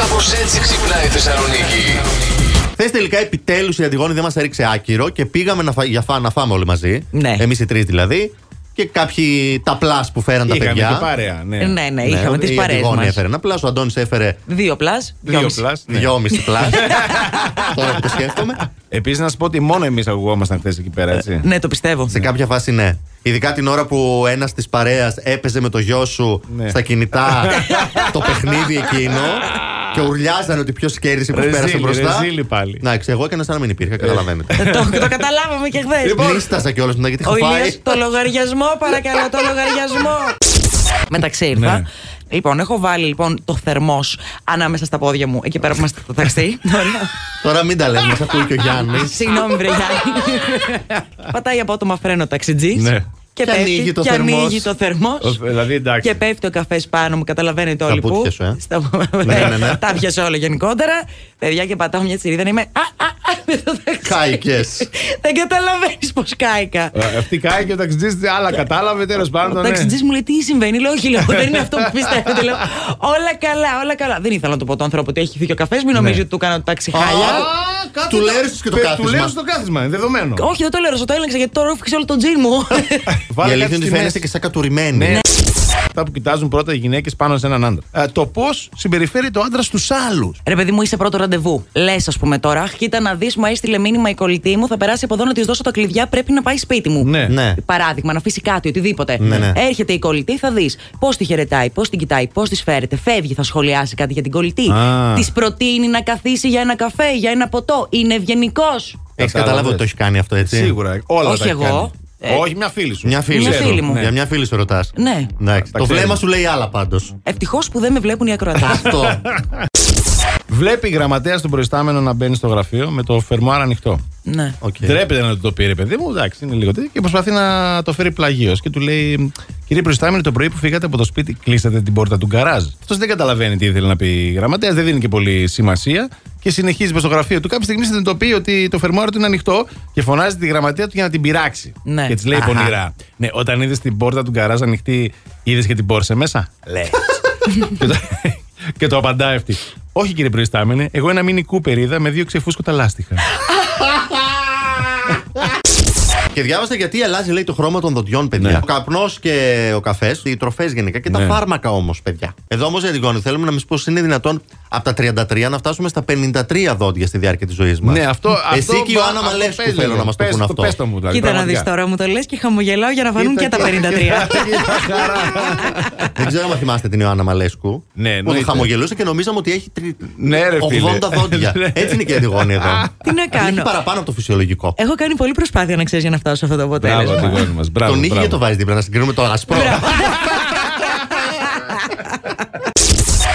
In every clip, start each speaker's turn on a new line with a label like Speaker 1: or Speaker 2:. Speaker 1: Κάπως έτσι ξυπνάει η Θεσσαλονίκη.
Speaker 2: Χθε τελικά επιτέλους η Αντιγόνη δεν μας έριξε άκυρο και πήγαμε να, φα... για φά... να φάμε όλοι μαζί.
Speaker 3: Ναι.
Speaker 2: Εμείς οι τρεις δηλαδή. Και κάποιοι τα πλάς που φέραν τα
Speaker 4: Είχαμε
Speaker 2: παιδιά.
Speaker 4: και παρέα, ναι.
Speaker 3: Ναι, ναι, είχαμε τις
Speaker 2: Ε, η
Speaker 3: παρέε
Speaker 2: Αντιγόνη
Speaker 3: μας.
Speaker 2: έφερε ένα πλάς, ο Αντώνης έφερε
Speaker 3: Δύο πλάζ.
Speaker 4: Δύο
Speaker 3: δυόμιση.
Speaker 4: πλάσ. Ναι.
Speaker 2: δυόμιση πλάς. Τώρα που το σκέφτομαι.
Speaker 4: Επίσης, να σου πω ότι μόνο εμείς αγωγόμασταν χθες εκεί πέρα, έτσι.
Speaker 3: Ναι, το πιστεύω.
Speaker 2: Σε κάποια φάση ναι. Ειδικά την ώρα που ένας της παρέας έπαιζε με το γιο σου
Speaker 4: Ναι.
Speaker 2: στα κινητά το παιχνίδι εκείνο. Και ουρλιάζανε ότι ποιος κέρδισε, ποιος
Speaker 4: Ρεζίλη,
Speaker 2: πέρασε μπροστά.
Speaker 4: ρεζίλη πάλι.
Speaker 2: Εντάξει, εγώ έκανα σαν να μην υπήρχα, καταλαβαίνετε.
Speaker 3: Ε, το, το καταλάβαμε και χθες.
Speaker 4: Λοιπόν.
Speaker 2: Λίστασα κιόλας μετά γιατί
Speaker 3: Ο
Speaker 2: είχα
Speaker 3: Ηλίας,
Speaker 2: φάει.
Speaker 3: το λογαριασμό, παρακαλώ, το λογαριασμό. Μεταξύ ήρθα.
Speaker 4: Ναι.
Speaker 3: Λοιπόν, έχω βάλει λοιπόν το θερμός ανάμεσα στα πόδια μου εκεί πέρα που είμαστε στο ταξί. Ωραία.
Speaker 2: Τώρα μην τα λέμε, μας ακούει και ο Γιάννης.
Speaker 3: Συγγνώμη, βρε Γιάννη. Πατάει απότομα φρένο ταξιτζής.
Speaker 4: Ναι.
Speaker 3: Και,
Speaker 2: Και
Speaker 3: πέφτει,
Speaker 2: ανοίγει το
Speaker 3: και
Speaker 2: θερμός.
Speaker 3: ανοίγει το θερμός.
Speaker 4: Ο- Δηλαδή, εντάξει.
Speaker 3: Και πέφτει ο καφές πάνω μου, καταλαβαίνετε όλοι που.
Speaker 2: πούτια σου, ε.
Speaker 3: Στα-
Speaker 2: Ναι, ναι, ναι.
Speaker 3: Τα πιάσα όλα γενικότερα. Παιδιά και πατάω μια τσιρίδα, είμαι. Α, α, α, με το ταξί.
Speaker 2: Κάικες.
Speaker 3: Δεν καταλαβαίνεις πώ κάηκα.
Speaker 4: Ε, Αυτή κάει και ο ταξιτζής, άλλα κατάλαβε τέλος
Speaker 3: Ο
Speaker 4: πάντων. ναι.
Speaker 3: ταξιτζής μου λέει τι συμβαίνει. Λέω, Όχι, λέω, δεν είναι αυτό που πιστεύετε. Λέω, όλα καλά, όλα καλά. Δεν ήθελα να το πω τον άνθρωπο ότι έχει φύγει ο καφές,
Speaker 2: Ναι.
Speaker 3: μην νομίζει ότι του έκανα το ταξί χάλια.
Speaker 4: Α, κάτι
Speaker 2: Του
Speaker 4: το-
Speaker 2: λέρωσες και το
Speaker 4: Πε-
Speaker 2: κάθισμα.
Speaker 4: Του λέρωσες το κάθισμα, είναι δεδομένο.
Speaker 3: Όχι, δεν το λέω, το έλεγξα γιατί τώρα ρούφηξε όλο τον τζιν μου.
Speaker 2: Η
Speaker 4: κάτι
Speaker 2: αλήθεια είναι ότι
Speaker 4: στη
Speaker 2: φαίνεστε
Speaker 4: μέση.
Speaker 2: και σαν κατουρημένη.
Speaker 4: Ναι. Αυτά που κοιτάζουν πρώτα οι γυναίκες πάνω σε έναν άντρα. Ε, το πώς συμπεριφέρει το άντρα στους άλλους.
Speaker 3: Ρε παιδί μου, είσαι πρώτο ραντεβού. Λες, ας πούμε τώρα, «Αχ, κοίτα να δεις, μου έστειλε μήνυμα η κολλητή μου, θα περάσει από εδώ να της δώσω τα κλειδιά, πρέπει να πάει σπίτι μου.
Speaker 4: Ναι.
Speaker 2: Ναι.
Speaker 3: Παράδειγμα, να αφήσει κάτι, οτιδήποτε.
Speaker 2: Ναι, ναι.
Speaker 3: Έρχεται η κολλητή, θα δεις πώς τη χαιρετάει, πώς την κοιτάει, πώς της φέρεται. Φεύγει, θα σχολιάσει κάτι για την κολλητή.
Speaker 4: Α.
Speaker 3: Της προτείνει να καθίσει για ένα καφέ, για ένα ποτό. Είναι ευγενικός.
Speaker 2: Έχεις
Speaker 4: Κατάλαβες.
Speaker 2: καταλάβει ότι το έχει κάνει αυτό, έτσι.
Speaker 4: Σίγουρα. Όλα
Speaker 3: Όχι
Speaker 4: τα έχει
Speaker 3: εγώ.
Speaker 4: κάνει.
Speaker 3: Ε,
Speaker 4: Όχι, μια φίλη σου.
Speaker 2: Μια φίλη,
Speaker 3: Μια
Speaker 2: σου.
Speaker 3: φίλη μου.
Speaker 2: Ναι. Για μια φίλη σου ρωτάς.
Speaker 3: Ναι.
Speaker 2: Εντάξει.
Speaker 4: Τα
Speaker 2: Το
Speaker 4: ξέρουμε.
Speaker 2: βλέμμα σου λέει άλλα πάντως.
Speaker 3: Ευτυχώς που δεν με βλέπουν οι ακροατά.
Speaker 2: Αυτό.
Speaker 4: Βλέπει η γραμματέα στον προϊστάμενο να μπαίνει στο γραφείο με το φερμοάρ ανοιχτό.
Speaker 3: ναι.
Speaker 2: Οκ.
Speaker 4: Ντρέπεται να του το πει, ρε παιδί μου, εντάξει, είναι λίγο τέτοιο. Και προσπαθεί να το φέρει πλαγίως. Και του λέει, Κύριε Προϊστάμενη, το πρωί που φύγατε από το σπίτι, κλείσατε την πόρτα του γκαράζ. Αυτός δεν καταλαβαίνει τι ήθελε να πει η γραμματέα, δεν δίνει και πολύ σημασία. Και συνεχίζει με στο γραφείο του. Κάποια στιγμή συνειδητοποιεί ότι το φερμόρο του είναι ανοιχτό και φωνάζει τη γραμματέα του για να την πειράξει.
Speaker 3: Ναι.
Speaker 4: Και της λέει πονηρά. Ναι, όταν είδες την πόρτα του γκαράζ ανοιχτή, είδες και την πόρσε μέσα. Λες. και, το, και το απαντάει αυτή. Όχι κύριε Προϊστάμενε, εγώ ένα μίνι κούπερ είδα με δύο ξεφούσκωτα λάστιχα.
Speaker 2: Και διάβασα γιατί αλλάζει λέει, το χρώμα των δοντιών, παιδιά.
Speaker 4: Ναι.
Speaker 2: Ο καπνός και ο καφές, οι τροφές γενικά και τα
Speaker 4: Ναι.
Speaker 2: φάρμακα όμως, παιδιά. Εδώ όμως, Αντιγόνη, θέλουμε να μας πω είναι δυνατόν από τα 33 να φτάσουμε στα 53 δόντια στη διάρκεια της ζωής μας.
Speaker 4: Ναι, αυτό.
Speaker 2: Εσύ
Speaker 4: αυτό,
Speaker 2: και η Ιωάννα Μαλέσκου
Speaker 4: πες,
Speaker 2: θέλω να μας το
Speaker 4: πες
Speaker 2: πούν αυτό.
Speaker 4: Πες το μου, δηλαδή.
Speaker 3: Κοίτα να δει
Speaker 4: πραγματικά.
Speaker 3: τώρα, μου το λες και χαμογελάω για να φανούν και τα 53.
Speaker 2: Δεν ξέρω αν θυμάστε την Ιωάννα Μαλέσκου.
Speaker 4: Ναι,
Speaker 2: που
Speaker 4: εννοείται.
Speaker 2: χαμογελούσε και νομίζαμε ότι έχει τρι-
Speaker 4: Ναι, ρε,
Speaker 2: 80
Speaker 4: φίλε.
Speaker 2: δόντια.
Speaker 4: Ναι.
Speaker 2: Έτσι είναι και η Αντιγόνη εδώ.
Speaker 3: Τι να
Speaker 2: Την
Speaker 3: κάνω.
Speaker 2: Έχει παραπάνω από το φυσιολογικό.
Speaker 4: Ε,
Speaker 3: Έχω κάνει πολλή προσπάθεια να ξέρεις για να φτάσω σε αυτό το
Speaker 4: Μπράβο, ναι.
Speaker 3: αποτέλεσμα.
Speaker 4: Αντιγόνη μας. Μπράβο,
Speaker 2: Τον είχε
Speaker 4: μπράβο.
Speaker 2: το βάζει δίπλα να συγκρίνουμε το ασπρό.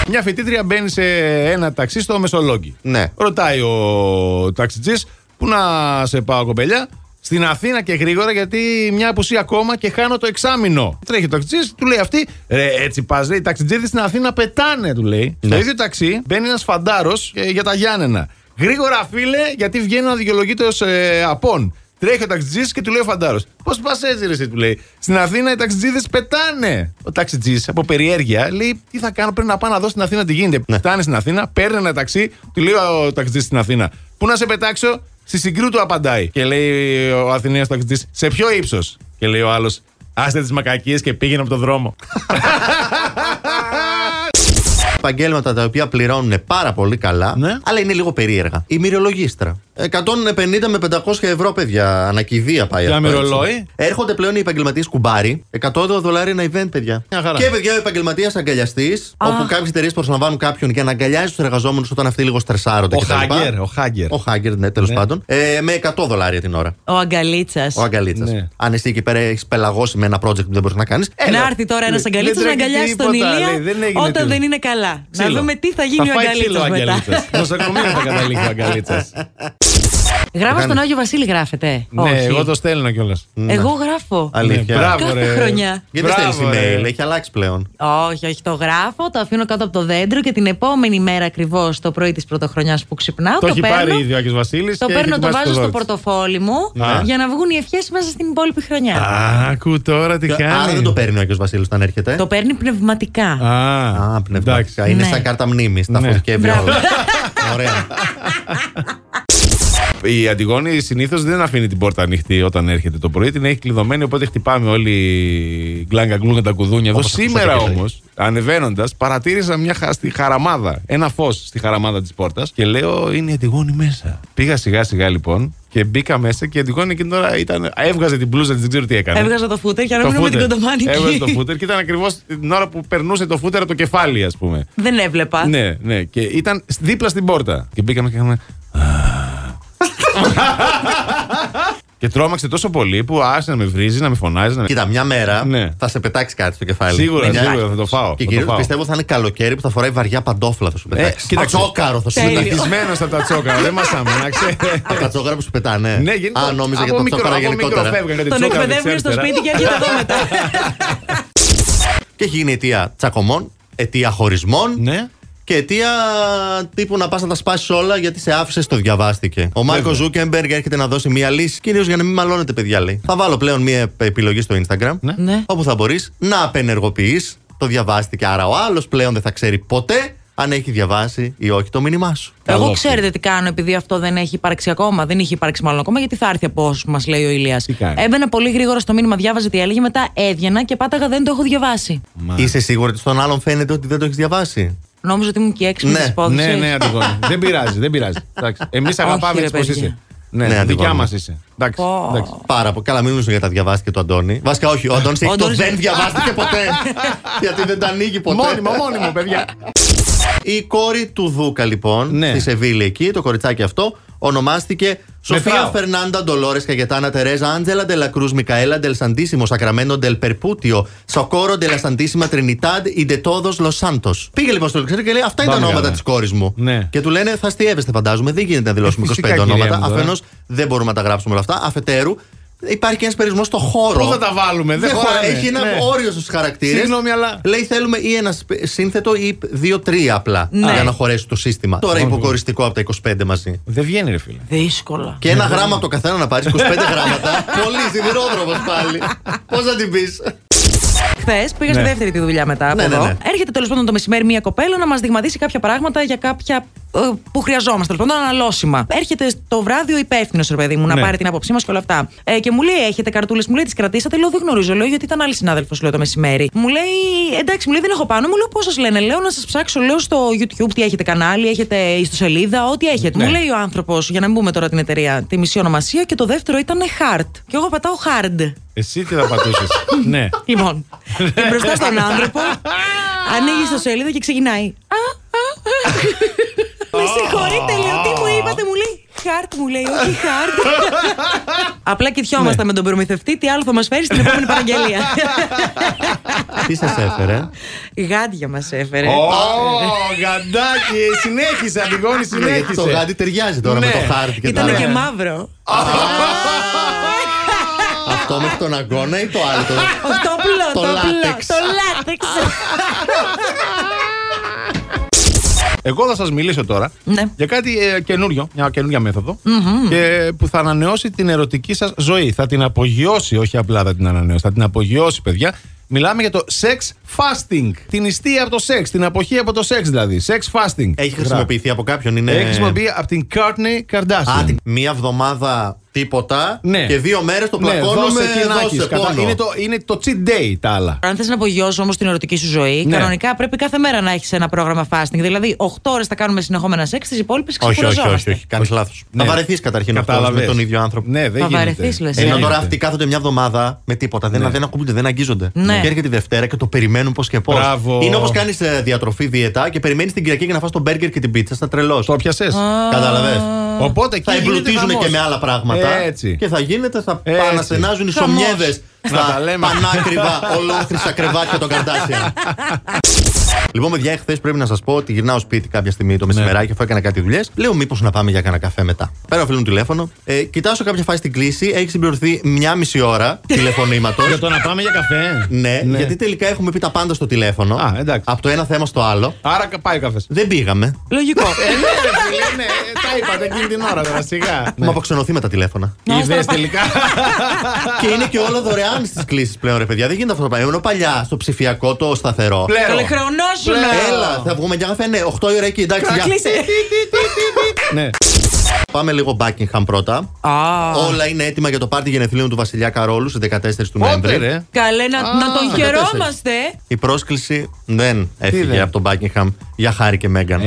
Speaker 4: Μια φοιτήτρια μπαίνει σε ένα ταξί στο Μεσολόγγι.
Speaker 2: Ναι.
Speaker 4: Ρωτάει ο ταξιτζής, πού να σε πάω, κοπελιά. Στην Αθήνα και γρήγορα, γιατί μια απουσία ακόμα και χάνω το εξάμεινο. Τρέχει ο ταξιτζής, του λέει αυτή, ρε, έτσι πας, λέει. Οι ταξιτζίδες στην Αθήνα πετάνε, του λέει.
Speaker 2: Ναι.
Speaker 4: Στο ίδιο ταξί μπαίνει ένας φαντάρος για τα Γιάννενα. Γρήγορα, φίλε, γιατί βγαίνει να δικαιολογείται ω απόν. Τρέχει ο ταξιτζής και του λέει ο φαντάρος. Πώς πας έτσι, ρε, εσύ», του λέει. Στην Αθήνα οι ταξιτζίδες πετάνε. Ο ταξιτζής από περιέργεια λέει: Τι θα κάνω, πρέπει να πάω να δω στην Αθήνα τι γίνεται.
Speaker 2: Ναι.
Speaker 4: Φτάνει στην Αθήνα, παίρνει ένα ταξί, του λέει ο ταξιτζής στην Αθήνα. Πού να σε πετάξω, στη συγκρού του απαντάει. Και λέει ο Αθηναίος ταξιτζής: Σε ποιο ύψος. Και λέει ο άλλος: Άστε τις μακακίες και πήγαινε από το δρόμο.
Speaker 2: επαγγέλματα τα οποία πληρώνουν πάρα πολύ καλά,
Speaker 4: Ναι.
Speaker 2: αλλά είναι λίγο περίεργα. Η μυρολογίστρα. 150 με 500 ευρώ, παιδιά. Ανακηδεία πάει
Speaker 4: Για
Speaker 2: αυτό, έτσι.
Speaker 4: μυρολόι.
Speaker 2: Έρχονται πλέον οι επαγγελματίες κουμπάρι. 100 δολάρια ένα event, παιδιά.
Speaker 4: Μια χαρά.
Speaker 2: Και παιδιά, ο επαγγελματίας αγκαλιαστής, όπου κάποιες εταιρείες προσλαμβάνουν κάποιον για να αγκαλιάζει τους εργαζόμενους όταν αυτοί λίγο στρεσάρονται
Speaker 4: Ο
Speaker 2: κτλ.
Speaker 4: Χάγκερ, ο Χάγκερ.
Speaker 2: Ο Χάγκερ, ναι, τέλος
Speaker 4: Ναι.
Speaker 2: πάντων. Ε, με 100 δολάρια την ώρα.
Speaker 3: Ο Αγκαλίτσας.
Speaker 2: Ο αγκαλίτσας.
Speaker 4: Ναι.
Speaker 2: Αν εσύ εκεί πέρα έχεις πελαγώσει με ένα project που δεν μπορείς να κάνεις.
Speaker 3: Να έρθει τώρα ένας
Speaker 4: Δεν
Speaker 3: αγκαλίτσας να
Speaker 4: τρέχει
Speaker 3: αγκαλιάσει τον
Speaker 4: τίποτα, λέει,
Speaker 3: ήλιο
Speaker 4: δεν έγινε
Speaker 3: όταν
Speaker 4: τίποτα.
Speaker 3: δεν είναι καλά.
Speaker 4: Ξύλο.
Speaker 3: Να δούμε τι θα γίνει ο
Speaker 4: φάει ξύλο
Speaker 3: αγκαλίτσα μετά.
Speaker 4: Αγκαλίτσας. Νοσοκομείο θα καταλήξει ο αγκαλίτσας. Το
Speaker 3: Γράμμα
Speaker 4: κάνει.
Speaker 3: στον Άγιο Βασίλη γράφεται.
Speaker 4: Ναι,
Speaker 3: Όχι.
Speaker 4: εγώ το Ναι. στέλνω κιόλας.
Speaker 3: Εγώ γράφω.
Speaker 2: Ναι, Αλήθεια.
Speaker 4: Ναι, μπράβο.
Speaker 3: Κάθε
Speaker 4: ρε.
Speaker 3: χρονιά.
Speaker 2: Γιατί
Speaker 4: Μπράβο,
Speaker 2: στέλνεις
Speaker 4: ρε.
Speaker 2: email, έχει αλλάξει πλέον.
Speaker 3: Όχι, όχι, το γράφω, το αφήνω κάτω από το δέντρο και την επόμενη μέρα ακριβώς το πρωί της πρωτοχρονιάς που ξυπνάω.
Speaker 4: Το έχει
Speaker 3: παίρνω,
Speaker 4: πάρει ήδη ο Άκη Βασίλης.
Speaker 3: Το παίρνω, το βάζω στο πορτοφόλι μου
Speaker 4: Ναι.
Speaker 3: για να βγουν οι ευχές μέσα στην υπόλοιπη χρονιά.
Speaker 4: Α, ακού τώρα τι κάνει.
Speaker 2: Άρα δεν το παίρνει ο Άγιος Βασίλης όταν έρχεται.
Speaker 3: Το παίρνει πνευματικά.
Speaker 4: Α,
Speaker 2: Α, πνευματικά.
Speaker 4: εντάξει.
Speaker 2: Είναι
Speaker 3: Ναι.
Speaker 2: σαν κάρτα μνήμης. Τα
Speaker 4: Ναι.
Speaker 2: φωτοκεύει
Speaker 3: Μπράβο.
Speaker 2: όλα. Ωραία.
Speaker 4: Η Αντιγόνη συνήθως δεν αφήνει την πόρτα ανοιχτή όταν έρχεται το πρωί. Την έχει κλειδωμένη, οπότε χτυπάμε όλοι γκλάγκα γκλούγκα τα κουδούνια εδώ.
Speaker 2: Όπως το
Speaker 4: Σήμερα
Speaker 2: Σαββατοκύριακο.
Speaker 4: όμω, ανεβαίνοντας, παρατήρησα μια χα- στη χαραμάδα. Ένα φως στη χαραμάδα της πόρτας και λέω είναι η Αντιγόνη μέσα. Πήγα σιγά σιγά λοιπόν και μπήκα μέσα και η Αντιγόνη εκείνη την ώρα ήταν, έβγαζε την μπλούζα της, δεν ξέρω τι έκανε.
Speaker 3: Έβγαζα το φούτερ για να
Speaker 4: Το
Speaker 3: μην με την
Speaker 4: φούτερ. Έβγαζε το
Speaker 3: κοντομάνικη.
Speaker 4: φούτερ και ήταν ακριβώς την ώρα που περνούσε το φούτερ από το κεφάλι, ας πούμε.
Speaker 3: Δεν έβλεπα.
Speaker 4: Ναι, ναι. Και ήταν σ- δίπλα στην πόρτα. Και μπήκαμε και είχαμε. και τρόμαξε τόσο πολύ που άρχισε να με βρίζει, να με φωνάζει. Να με...
Speaker 2: Κοίτα, μια μέρα
Speaker 4: Ναι.
Speaker 2: θα σε πετάξει κάτι στο κεφάλι.
Speaker 4: Σίγουρα,
Speaker 2: Μια-
Speaker 4: σίγουρα, θα το φάω, θα
Speaker 2: Και
Speaker 4: το
Speaker 2: κυρίως
Speaker 4: φάω. Ε,
Speaker 2: πιστεύω θα είναι καλοκαίρι που θα φοράει βαριά παντόφλα θα σου πετάξει.
Speaker 4: κοίταξε.
Speaker 2: Πατσόκαρο θα σου
Speaker 3: Τέλειο.
Speaker 2: πετάξει.
Speaker 4: Ταυτισμένο από τα τσόκαρα, δεν μασάμε, να ξέρει.
Speaker 2: Τα Πατσόκαρα που σου πετάνε.
Speaker 4: Ναι, γενικά.
Speaker 2: Α, νόμιζα για
Speaker 4: από
Speaker 2: τα
Speaker 4: μικρό-
Speaker 2: τσόκαρα
Speaker 4: από
Speaker 2: γενικότερα.
Speaker 4: μικρό φεύγανε τα
Speaker 3: Τον
Speaker 4: τσόκαρα
Speaker 3: εκπαιδεύουν στο
Speaker 4: δεξιά-αριστερά.
Speaker 3: σπίτι και έρχεται εδώ μετά.
Speaker 2: Και έχει γίνει αιτία τσακωμών, αιτία χωρισμών.
Speaker 4: Ναι.
Speaker 2: Και αιτία τύπου να πας να τα σπάσεις όλα γιατί σε άφησες, το διαβάστηκε. Ο Μάρκος Ζούκεμπεργκ έρχεται να δώσει μία λύση, κυρίως για να μην μαλώνετε, παιδιά λέει. Θα βάλω πλέον μία επιλογή στο Instagram,
Speaker 3: Ναι.
Speaker 2: όπου θα μπορείς να απενεργοποιείς. Το διαβάστηκε, άρα ο άλλος πλέον δεν θα ξέρει ποτέ αν έχει διαβάσει ή όχι το μήνυμά σου.
Speaker 3: Εγώ
Speaker 4: Καλό
Speaker 3: ξέρετε τι κάνω, επειδή αυτό δεν έχει υπάρξει ακόμα. Δεν είχε υπάρξει μάλλον ακόμα, γιατί θα έρθει από όσους μας λέει ο Ηλίας.
Speaker 4: Τι κάνει?
Speaker 3: Έμπαινα πολύ γρήγορα στο μήνυμα, διάβαζε τι έλεγε, μετά έβγαινα και πάταγα δεν το έχω διαβάσει.
Speaker 2: Είσαι σίγουρη ότι στον άλλον φαίνεται ότι δεν το έχεις διαβάσει.
Speaker 3: Νόμιζα ότι ήμουν και έξυπνη
Speaker 2: Ναι,
Speaker 3: τη υπόθεση.
Speaker 4: Ναι, ναι, Αντιγόνη. δεν πειράζει, δεν πειράζει. Εμεί
Speaker 3: Όχι,
Speaker 4: αγαπάμε
Speaker 3: ρε,
Speaker 4: έτσι πώς
Speaker 3: παιδιά.
Speaker 4: είσαι.
Speaker 2: Ναι,
Speaker 4: Ναι, δικιά
Speaker 2: Αντιγόνη.
Speaker 4: μας είσαι. Εντάξει.
Speaker 3: Πω.
Speaker 4: εντάξει.
Speaker 2: Πάρα πολύ. Καλά, μην μιλήσουμε για τα διαβάστηκε του Αντώνη. Βασικά, όχι, ο Αντώνης
Speaker 3: Ο
Speaker 2: έχει το
Speaker 3: Αντώνης-
Speaker 2: δεν διαβάστηκε ποτέ. γιατί δεν τα ανοίγει ποτέ.
Speaker 4: Μόνιμο, μόνιμο, παιδιά.
Speaker 2: Η κόρη του Δούκα, λοιπόν,
Speaker 4: Ναι.
Speaker 2: στη Σεβίλη εκεί, το κοριτσάκι αυτό, ονομάστηκε Σοφία
Speaker 4: Μετράω.
Speaker 2: Φερνάντα Ντολόρες Καγετάνα Τερέζα Άντζελα Ντελακρού Μικαέλα Ντελ Σαντίσιμο Σακραμένο Ντελ Περπούτιο Σοκόρο Ντελα Σαντίσιμα Τρινιτάντ Ιντετόδο Λος Σάντος. Πήγε λοιπόν στο Λεξέρ και λέει: Αυτά είναι τα
Speaker 4: Πάμε
Speaker 2: ονόματα
Speaker 4: καλά.
Speaker 2: της κόρης μου.
Speaker 4: Ναι. Ε,
Speaker 2: Και του λένε: Θα αστείευεστε, φαντάζομαι. Δεν γίνεται να δηλώσουμε
Speaker 4: Φυσικά,
Speaker 2: 25
Speaker 4: κυρία μου,
Speaker 2: ονόματα.
Speaker 4: τώρα.
Speaker 2: Αφενός δεν μπορούμε να τα γράψουμε όλα αυτά. Αφετέρου, υπάρχει και ένας περιορισμός στο χώρο.
Speaker 4: Πού θα τα βάλουμε, δεν
Speaker 2: χωράει.
Speaker 4: χωράνε.
Speaker 2: Έχει ένα
Speaker 4: Ναι.
Speaker 2: όριο στους χαρακτήρες.
Speaker 4: Συγγνώμη, αλλά-
Speaker 2: Λέει θέλουμε ή ένα σπ- σύνθετο ή δύο-τρία απλά
Speaker 3: Ναι.
Speaker 2: για να χωρέσει το σύστημα. Τώρα υποκοριστικό από τα 25 μαζί.
Speaker 4: Δεν βγαίνει, ρε φίλε.
Speaker 3: Δύσκολα.
Speaker 2: Και ένα γράμμα από το καθένα να πάρεις 25 γράμματα. Πολύ σιδηρόδρομος πάλι. Πώς να την πεις.
Speaker 3: Χθες πήγα στη
Speaker 4: Ναι.
Speaker 3: δεύτερη τη δουλειά μετά από
Speaker 2: Ναι, ναι,
Speaker 3: εδώ.
Speaker 2: ναι.
Speaker 3: Έρχεται τέλος πάντων το μεσημέρι μία κοπέλα να μας δειγματίσει κάποια πράγματα για κάποια. ε, που χρειαζόμαστε, τέλος πάντων, αναλώσιμα. Έρχεται το βράδυ ο υπεύθυνος, ρε παιδί μου, να
Speaker 4: Ναι.
Speaker 3: πάρει την άποψή μας και όλα αυτά. Ε, και μου λέει: Έχετε καρτούλες, μου λέει τις κρατήσατε. Λέω: Δεν γνωρίζω, λέω γιατί ήταν άλλη συνάδελφος, λέω το μεσημέρι. Μου λέει: Εντάξει, μου λέει δεν έχω πάνω, μου λέω πώς σας λένε. Λέω να σας ψάξω, λέω στο YouTube τι έχετε κανάλι, έχετε ιστοσελίδα, ό,τι έχετε.
Speaker 4: Ναι.
Speaker 3: Μου λέει ο άνθρωπος, για να μην πούμε τώρα την εταιρεία, τη μισή ονομασία και το δεύτερο ήταν Hard. Και εγώ πατάω Hard.
Speaker 4: Εσύ τι θα πατούσες. ναι.
Speaker 3: Λοιπόν, και μπροστά στον άνθρωπο ανοίγει στο σελίδα και ξεκινάει. «Α, α, α». Με συγχωρείτε, λέω, τι μου είπατε, μου λέει. Χάρτ, μου λέει, όχι χάρτ. Απλά
Speaker 2: Ναι.
Speaker 3: κοιτιόμαστε με τον προμηθευτή, τι άλλο θα μας φέρει στην επόμενη παραγγελία.
Speaker 2: Τι σας έφερε.
Speaker 3: Γάντια μας έφερε.
Speaker 4: Ω, γαντάκι, συνέχισε, Αντιγόνη, συνέχισε.
Speaker 2: Το γάντι ταιριάζει τώρα με
Speaker 4: Ναι.
Speaker 2: το χάρτη και τα
Speaker 3: Ήταν
Speaker 2: άλλα.
Speaker 3: και μαύρο.
Speaker 2: Αυτό μέχρι τον αγώνα ή το άλλο. το-
Speaker 3: Οχτόπουλο,
Speaker 2: Το
Speaker 3: το
Speaker 2: λάτεξ.
Speaker 3: Το λάτεξ.
Speaker 4: Εγώ θα σας μιλήσω τώρα
Speaker 3: Ναι.
Speaker 4: για κάτι ε, καινούριο, μια καινούρια μέθοδο, και που θα ανανεώσει την ερωτική σας ζωή. Θα την απογειώσει, όχι απλά θα την ανανεώσει, θα την απογειώσει, παιδιά. Μιλάμε για το sex fasting. Την νηστεία από το σεξ, την αποχή από το σεξ δηλαδή. Sex fasting.
Speaker 2: Έχει χρησιμοποιηθεί από κάποιον. Είναι...
Speaker 4: Έχει χρησιμοποιηθεί από την Courtney Kardashian.
Speaker 2: Α, την- Μία εβδομάδα τίποτα
Speaker 4: Ναι.
Speaker 2: και δύο μέρες το
Speaker 4: Ναι,
Speaker 2: πλακώνουμε.
Speaker 4: δώσε και να έχεις.
Speaker 2: δώσε
Speaker 4: Κατά-
Speaker 2: πόνο.
Speaker 4: Είναι το, είναι το cheat day τα άλλα.
Speaker 3: Αν θες να απογειώσει όμως την ερωτική σου ζωή,
Speaker 4: Ναι.
Speaker 3: κανονικά πρέπει κάθε μέρα να έχεις ένα πρόγραμμα fasting. Δηλαδή, 8 ώρες θα κάνουμε συνεχόμενα σεξ, τις υπόλοιπες
Speaker 2: Όχι, όχι, όχι,
Speaker 3: ξεκουραζόμαστε.
Speaker 2: όχι. Κάνεις λάθος.
Speaker 4: Ναι.
Speaker 2: Να βαρεθείς καταρχήν αυτό
Speaker 4: Κατάλαβες.
Speaker 2: με τον ίδιο άνθρωπο.
Speaker 4: Ναι, δεν
Speaker 3: Θα
Speaker 4: γίνεται.
Speaker 3: βαρεθείς, λες.
Speaker 2: Ενώ
Speaker 3: Ναι.
Speaker 2: τώρα αυτοί κάθονται μια εβδομάδα με τίποτα. Δεν, δεν ακούγονται, δεν αγγίζονται.
Speaker 3: Ναι.
Speaker 2: Και έρχεται η Δευτέρα και το περιμένουν πώς και πώς.
Speaker 4: Μπράβο.
Speaker 2: Είναι όπως κάνεις διατροφή, διαιτά και περιμένεις την Κυριακή για να φας τον μπέργκερ και την πίτσα. Στα τρελός.
Speaker 4: Το πιασέ.
Speaker 2: Κατάλαβες.
Speaker 4: Οπότε
Speaker 2: Θα
Speaker 4: εκεί γίνεται
Speaker 2: εμπλουτίζουν
Speaker 4: χαμός.
Speaker 2: και με άλλα πράγματα.
Speaker 4: Έτσι.
Speaker 2: Και θα γίνεται, θα
Speaker 4: Έτσι.
Speaker 2: παναστενάζουν οι
Speaker 3: Χαμός.
Speaker 2: σομιέδες
Speaker 4: Να
Speaker 2: στα
Speaker 4: τα λέμε.
Speaker 2: πανάκριβα ολόκληρα κρεβάτια των Καρτάσια. Λοιπόν, παιδιά, εχθές πρέπει να σας πω ότι γυρνάω σπίτι κάποια στιγμή το
Speaker 4: Ναι.
Speaker 2: μεσημεράκι, αφού έκανα κάτι δουλειές. Λέω, μήπως να πάμε για κανένα καφέ μετά. Πέρα φίλο μου τηλέφωνο. Ε, κοιτάζω κάποια φάση στην κλίση, έχει συμπληρωθεί μια μισή ώρα τηλεφωνήματος.
Speaker 4: Για το να πάμε για καφέ.
Speaker 2: ναι, γιατί τελικά έχουμε πει τα πάντα στο τηλέφωνο.
Speaker 4: Α, εντάξει.
Speaker 2: Από το ένα θέμα στο άλλο.
Speaker 4: Άρα κα- πάει ο καφές.
Speaker 2: Δεν πήγαμε.
Speaker 3: Λογικό.
Speaker 4: Ε, ναι, ρε φίλε, ναι, ε, τα είπατε εκείνη την ώρα, τώρα σιγά.
Speaker 2: Έχουμε αποξενωθεί με τα τηλέφωνα.
Speaker 4: Ιδέε τελικά.
Speaker 2: και είναι και όλο δωρεάν στις κλήσει πλέον, ρε παιδιά. Δεν γίνεται αυτό το πράγμα. Ενώ παλιά στο ψηφιακό το σταθερό.
Speaker 4: Πλέον.
Speaker 3: Καλέ χρονό σου να.
Speaker 2: Έλα, θα βγούμε για καφέ. Ναι, 8 η ώρα εκεί, εντάξει. γεια.
Speaker 3: Ε, Κλείσε.
Speaker 4: Ναι.
Speaker 2: Πάμε λίγο Buckingham πρώτα.
Speaker 3: Α.
Speaker 2: Όλα είναι έτοιμα για το πάρτι γενεθλίων του Βασιλιά Καρόλου στις 14 του
Speaker 4: Πότε,
Speaker 2: Νοέμβρη.
Speaker 4: ρε.
Speaker 3: Καλέ να, να τον
Speaker 2: 14.
Speaker 3: χαιρόμαστε.
Speaker 2: Η πρόσκληση δεν
Speaker 4: δεν.
Speaker 2: έφυγε από τον Buckingham για Χάρη και Μέγαν.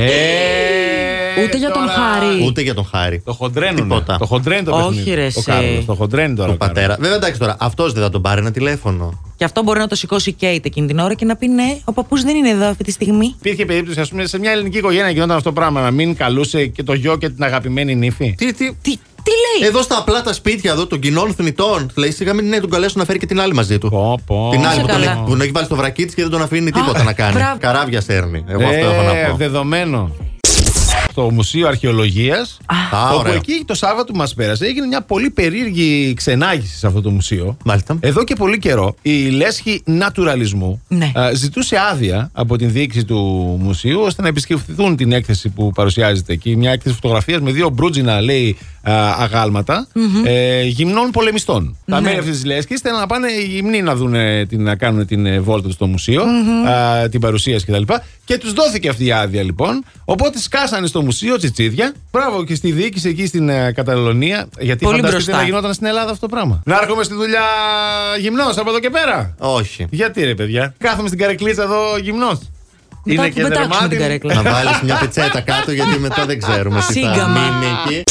Speaker 4: Ε,
Speaker 5: Ούτε για τον
Speaker 4: τώρα.
Speaker 5: Χάρη.
Speaker 2: Ούτε για τον Χάρη.
Speaker 4: Το χοντρένουν. ε.
Speaker 2: Τίποτα.
Speaker 4: Το χοντρένει το
Speaker 3: Όχι,
Speaker 4: παιχνίδι.
Speaker 3: ρε,
Speaker 4: Ο
Speaker 3: εσύ.
Speaker 4: Κάρλος, Το χοντρένει τώρα.
Speaker 2: Τον
Speaker 4: ο Κάρλος.
Speaker 2: πατέρα. Βέβαια, εντάξει τώρα, αυτός δεν θα τον πάρει ένα τηλέφωνο.
Speaker 3: Και αυτό μπορεί να το σηκώσει η Κέιτ εκείνη την ώρα και να πει ναι, ο παππούς δεν είναι εδώ αυτή τη στιγμή.
Speaker 4: Υπήρχε περίπτωση, ας πούμε, σε μια ελληνική οικογένεια γινόταν αυτό το πράγμα. Να μην καλούσε και το γιο και την αγαπημένη νύφη.
Speaker 2: Τι, τι,
Speaker 3: Τι, τι λέει.
Speaker 4: Ε,
Speaker 2: Εδώ στα απλά τα σπίτια εδώ των κοινών θνητών. Λέει σιγά μην ναι, τον καλέσουν να φέρει και την άλλη μαζί του.
Speaker 4: Πω, πω.
Speaker 2: Την άλλη
Speaker 3: Σε
Speaker 2: που, τον,
Speaker 3: καλά.
Speaker 2: έχει- που τον έχει βάλει στο βρακί της και δεν τον αφήνει τίποτα να κάνει.
Speaker 3: μπράβο.
Speaker 2: Καράβια σέρνει. Εγώ
Speaker 4: Ε,
Speaker 2: αυτό έχω να πω.
Speaker 4: δεδομένο. Στο Μουσείο Αρχαιολογίας
Speaker 2: Α,
Speaker 4: όπου
Speaker 2: ωραία.
Speaker 4: εκεί το Σάββατο που μας πέρασε έγινε μια πολύ περίεργη ξενάγηση σε αυτό το μουσείο. Ε,
Speaker 2: Μάλιστα.
Speaker 4: Εδώ και πολύ καιρό η λέσχη νατουραλισμού
Speaker 3: Ναι.
Speaker 4: α, ζητούσε άδεια από την διοίκηση του μουσείου ώστε να επισκεφθούν την έκθεση που παρουσιάζεται εκεί. Μια έκθεση φωτογραφίας με δύο μπρούτζινα, λέει, α, αγάλματα, ε, γυμνών πολεμιστών. Τα μέλη αυτής της λέσχης θέλουν να πάνε οι γυμνοί να, δουν, ε, την, να κάνουν την ε, βόλτα τους στο μουσειο α, την παρουσίαση κτλ. Και τους δόθηκε αυτή η άδεια λοιπόν. Οπότε σκάσανε στο μουσείο τσιτσίδια. Μπράβο και στη διοίκηση εκεί στην ε, Καταλωνία. Γιατί
Speaker 3: Πολύ
Speaker 4: φανταστείτε
Speaker 3: μπροστά.
Speaker 4: να γινόταν στην Ελλάδα αυτό το πράγμα. Να έρχομαι στη δουλειά γυμνός από εδώ και πέρα.
Speaker 2: Όχι.
Speaker 4: Γιατί ρε παιδιά, κάθομαι στην καρεκλίτσα εδώ γυμνός
Speaker 3: Μετά που πετάξουμε την καρέκλα.
Speaker 2: να βάλεις μια πετσέτα κάτω, γιατί μετά δεν ξέρουμε τι θα
Speaker 3: Σύγκαμα.
Speaker 2: μείνει εκεί.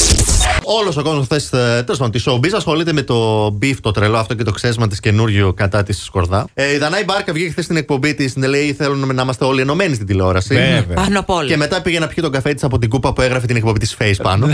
Speaker 2: Όλος ο κόσμος χθες, τέλος πάντων, τη showbiz ασχολείται με το beef, το τρελό αυτό και το ξέσμα της καινούριου κατά της Σκορδά. Ε, η Δανάη Μπάρκα βγήκε χθες στην εκπομπή της, λέει: Θέλουν να είμαστε όλοι ενωμένοι στην τηλεόραση.
Speaker 4: Βέβαια.
Speaker 3: Πάνω απ' όλα.
Speaker 2: Και μετά πήγε να πιει τον καφέ της από την κούπα που έγραφε την εκπομπή της Face πάνω.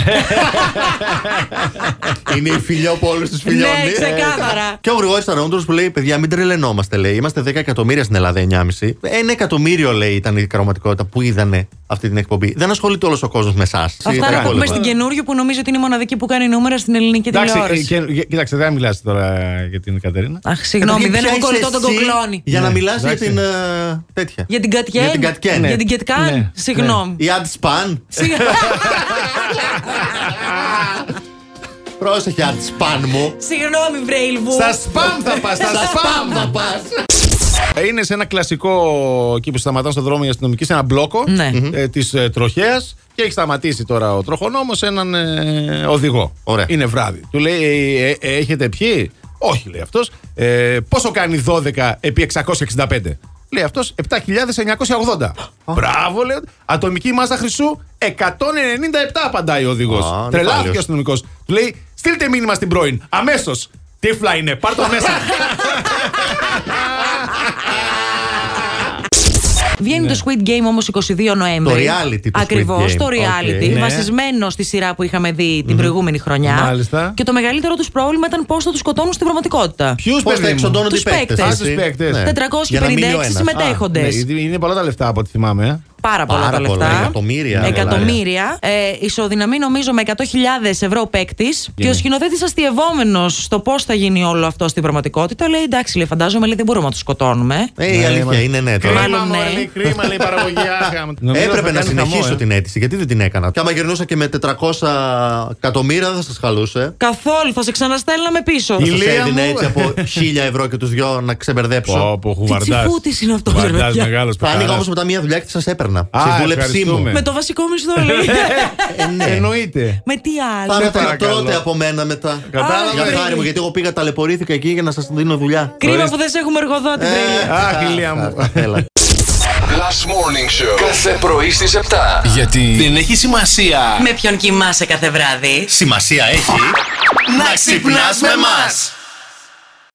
Speaker 2: Είναι η φιλιό που όλους τους φιλιώνει.
Speaker 3: Ναι, ξεκάθαρα.
Speaker 2: Και ο Γρηγόρης Ταρόντρο που λέει: Παιδιά, μην τρελαινόμαστε, λέει. Είμαστε 10 εκατομμύρια στην Ελλάδα, 9,5. Ένα εκατομμύριο, λέει, ήταν η πραγματικότητα που είδανε αυτή την εκπομπή. Δεν ασχολείται όλος ο κόσμος με εσάς.
Speaker 3: Αυτά να πούμε στην καινούριο που νομίζω ότι είναι η μοναδική που κάνει νούμερα στην ελληνική
Speaker 4: Εντάξει, ε,
Speaker 3: τηλεόραση.
Speaker 4: και- και- κοίταξε, δεν μιλάς τώρα για την Κατερίνα.
Speaker 3: Αχ, συγγνώμη, δεν έχω κολλητό τον κοκλώνη.
Speaker 2: Για να
Speaker 4: Ναι,
Speaker 2: μιλάς για
Speaker 4: εντάξει.
Speaker 2: την. ε, τέτοια.
Speaker 3: Για την Κατιέν.
Speaker 2: Για την Κατιέν.
Speaker 3: Για την Κατκάν.
Speaker 4: Ναι.
Speaker 3: Συγγνώμη.
Speaker 2: Η Αντισπαν.
Speaker 3: Σιγά.
Speaker 2: Πρόσεχε, Αντισπαν μου.
Speaker 3: Συγγνώμη, Βρέιλβου.
Speaker 4: Στα σπαμ θα πας, στα σπαμ θα πας. Ε, Είναι σε ένα κλασικό εκεί που σταματάνε στον δρόμο οι αστυνομικοί, σε ένα μπλόκο
Speaker 3: Ναι.
Speaker 4: ε, της ε, τροχέας και έχει σταματήσει τώρα ο τροχονόμος έναν ε, οδηγό.
Speaker 2: Ωραία.
Speaker 4: Είναι βράδυ. Του λέει, «Ε, ε, ε, έχετε πιει. Όχι, λέει αυτός. Ε, πόσο κάνει 12 επί 665. Λέει αυτός 7.980. Μπράβο, λέει. Ατομική μάζα χρυσού 197, απαντάει ο οδηγός.
Speaker 2: Α, είναι
Speaker 4: Τρελάθηκε
Speaker 2: πάλιος.
Speaker 4: ο αστυνομικός. Του λέει, στείλτε μήνυμα στην πρώην. Αμέσως. Τύφλα είναι, πάρ το μέσα.
Speaker 3: Βγαίνει το Squid Game όμως 22 Νοέμβρη.
Speaker 2: Ναι. Το reality του Squid
Speaker 3: Ακριβώς,
Speaker 2: Game.
Speaker 3: το
Speaker 2: Οκ,
Speaker 3: reality.
Speaker 4: ναι.
Speaker 3: Βασισμένο στη σειρά που είχαμε δει την προηγούμενη χρονιά.
Speaker 4: Μάλιστα.
Speaker 3: Και το μεγαλύτερο τους πρόβλημα ήταν πώς θα τους σκοτώνουν στην πραγματικότητα.
Speaker 4: Ποιους
Speaker 2: Πώς θα εξοντώνονται οι
Speaker 3: Τους παίκτες.
Speaker 2: παίκτες,
Speaker 4: Α,
Speaker 2: έτσι.
Speaker 4: τους παίκτες.
Speaker 2: Ναι.
Speaker 3: 456
Speaker 2: Για να μείνει ο ένας.
Speaker 3: συμμετέχοντε.
Speaker 4: Ναι, γιατί είναι πολλά τα λεφτά από ό,τι θυμάμαι. ε.
Speaker 3: Πάρα πολλά
Speaker 2: Πάρα
Speaker 3: τα
Speaker 2: πολλά,
Speaker 3: λεφτά.
Speaker 2: εκατομμύρια. ναι,
Speaker 3: Εκατομμύρια. Ε, ισοδυναμεί νομίζω με 100.000 ευρώ παίκτης. Και ο
Speaker 2: ναι.
Speaker 3: σκηνοθέτης αστειευόμενος στο πώς θα γίνει όλο αυτό στην πραγματικότητα λέει: Εντάξει, λέει, φαντάζομαι λέει, δεν μπορούμε να του σκοτώνουμε.
Speaker 2: Ε, η αλήθεια
Speaker 4: μα-
Speaker 2: είναι ναι τώρα.
Speaker 3: Μάλλον
Speaker 4: μωρέ,
Speaker 3: ναι.
Speaker 4: λέει, κρίμα, λέει η παραγωγή. άχα. Νομίζω
Speaker 2: Έπρεπε
Speaker 4: θα
Speaker 2: να
Speaker 4: κάνει
Speaker 2: συνεχίσω
Speaker 4: χαμό, ε.
Speaker 2: την αίτηση, γιατί δεν την έκανα. Και άμα γυρνούσα και με 400 εκατομμύρια δεν θα σας χαλούσε.
Speaker 3: Καθόλου, θα σε ξαναστέλναμε πίσω.
Speaker 2: Θα σας
Speaker 4: Ηλία
Speaker 2: έδινε
Speaker 4: μου.
Speaker 2: έτσι από 1000 ευρώ και τους δυο να ξεμπερδέψω.
Speaker 4: Πω, πω,
Speaker 3: Τι
Speaker 4: χουβαρντάς.
Speaker 3: τσιφούτης είναι αυτό, ρε
Speaker 4: Χουβαρντάς
Speaker 3: παιδιά.
Speaker 4: μεγάλος
Speaker 2: Θα άνοιγα
Speaker 4: παιχταράς.
Speaker 2: όμω μετά μία δουλειά και σας έπαιρνα.
Speaker 4: Α,
Speaker 2: Σε δούλεψή μου.
Speaker 4: ευχαριστούμε.
Speaker 3: Με το βασικό μισθό, λέει.
Speaker 2: Ε, ναι.
Speaker 4: Εννοείται.
Speaker 3: με τι άλλο.
Speaker 2: Πάμε
Speaker 4: Σε
Speaker 2: να
Speaker 4: παρακαλώ.
Speaker 2: τρώτε από μένα μετά.
Speaker 4: Κατάλαβες.
Speaker 2: Για χάρη μου, γιατί εγώ πήγα, ταλαιπωρήθηκα εκεί για να σας δίνω δουλειά.
Speaker 3: Κρίμα
Speaker 4: Ορίστε.
Speaker 3: που δεν σε έχουμε εργοδότη,
Speaker 2: Ε.
Speaker 3: Βρέλη.
Speaker 4: Αχ, ηλία μου.
Speaker 2: Α, Έλα.
Speaker 1: Last Morning Show. Κάθε πρωί στις 7.
Speaker 6: Γιατί δεν έχει σημασία.
Speaker 3: Με ποιον κοιμάσαι κάθε βράδυ.
Speaker 2: Σημασία έχει
Speaker 6: Να ξυπνάς με μας.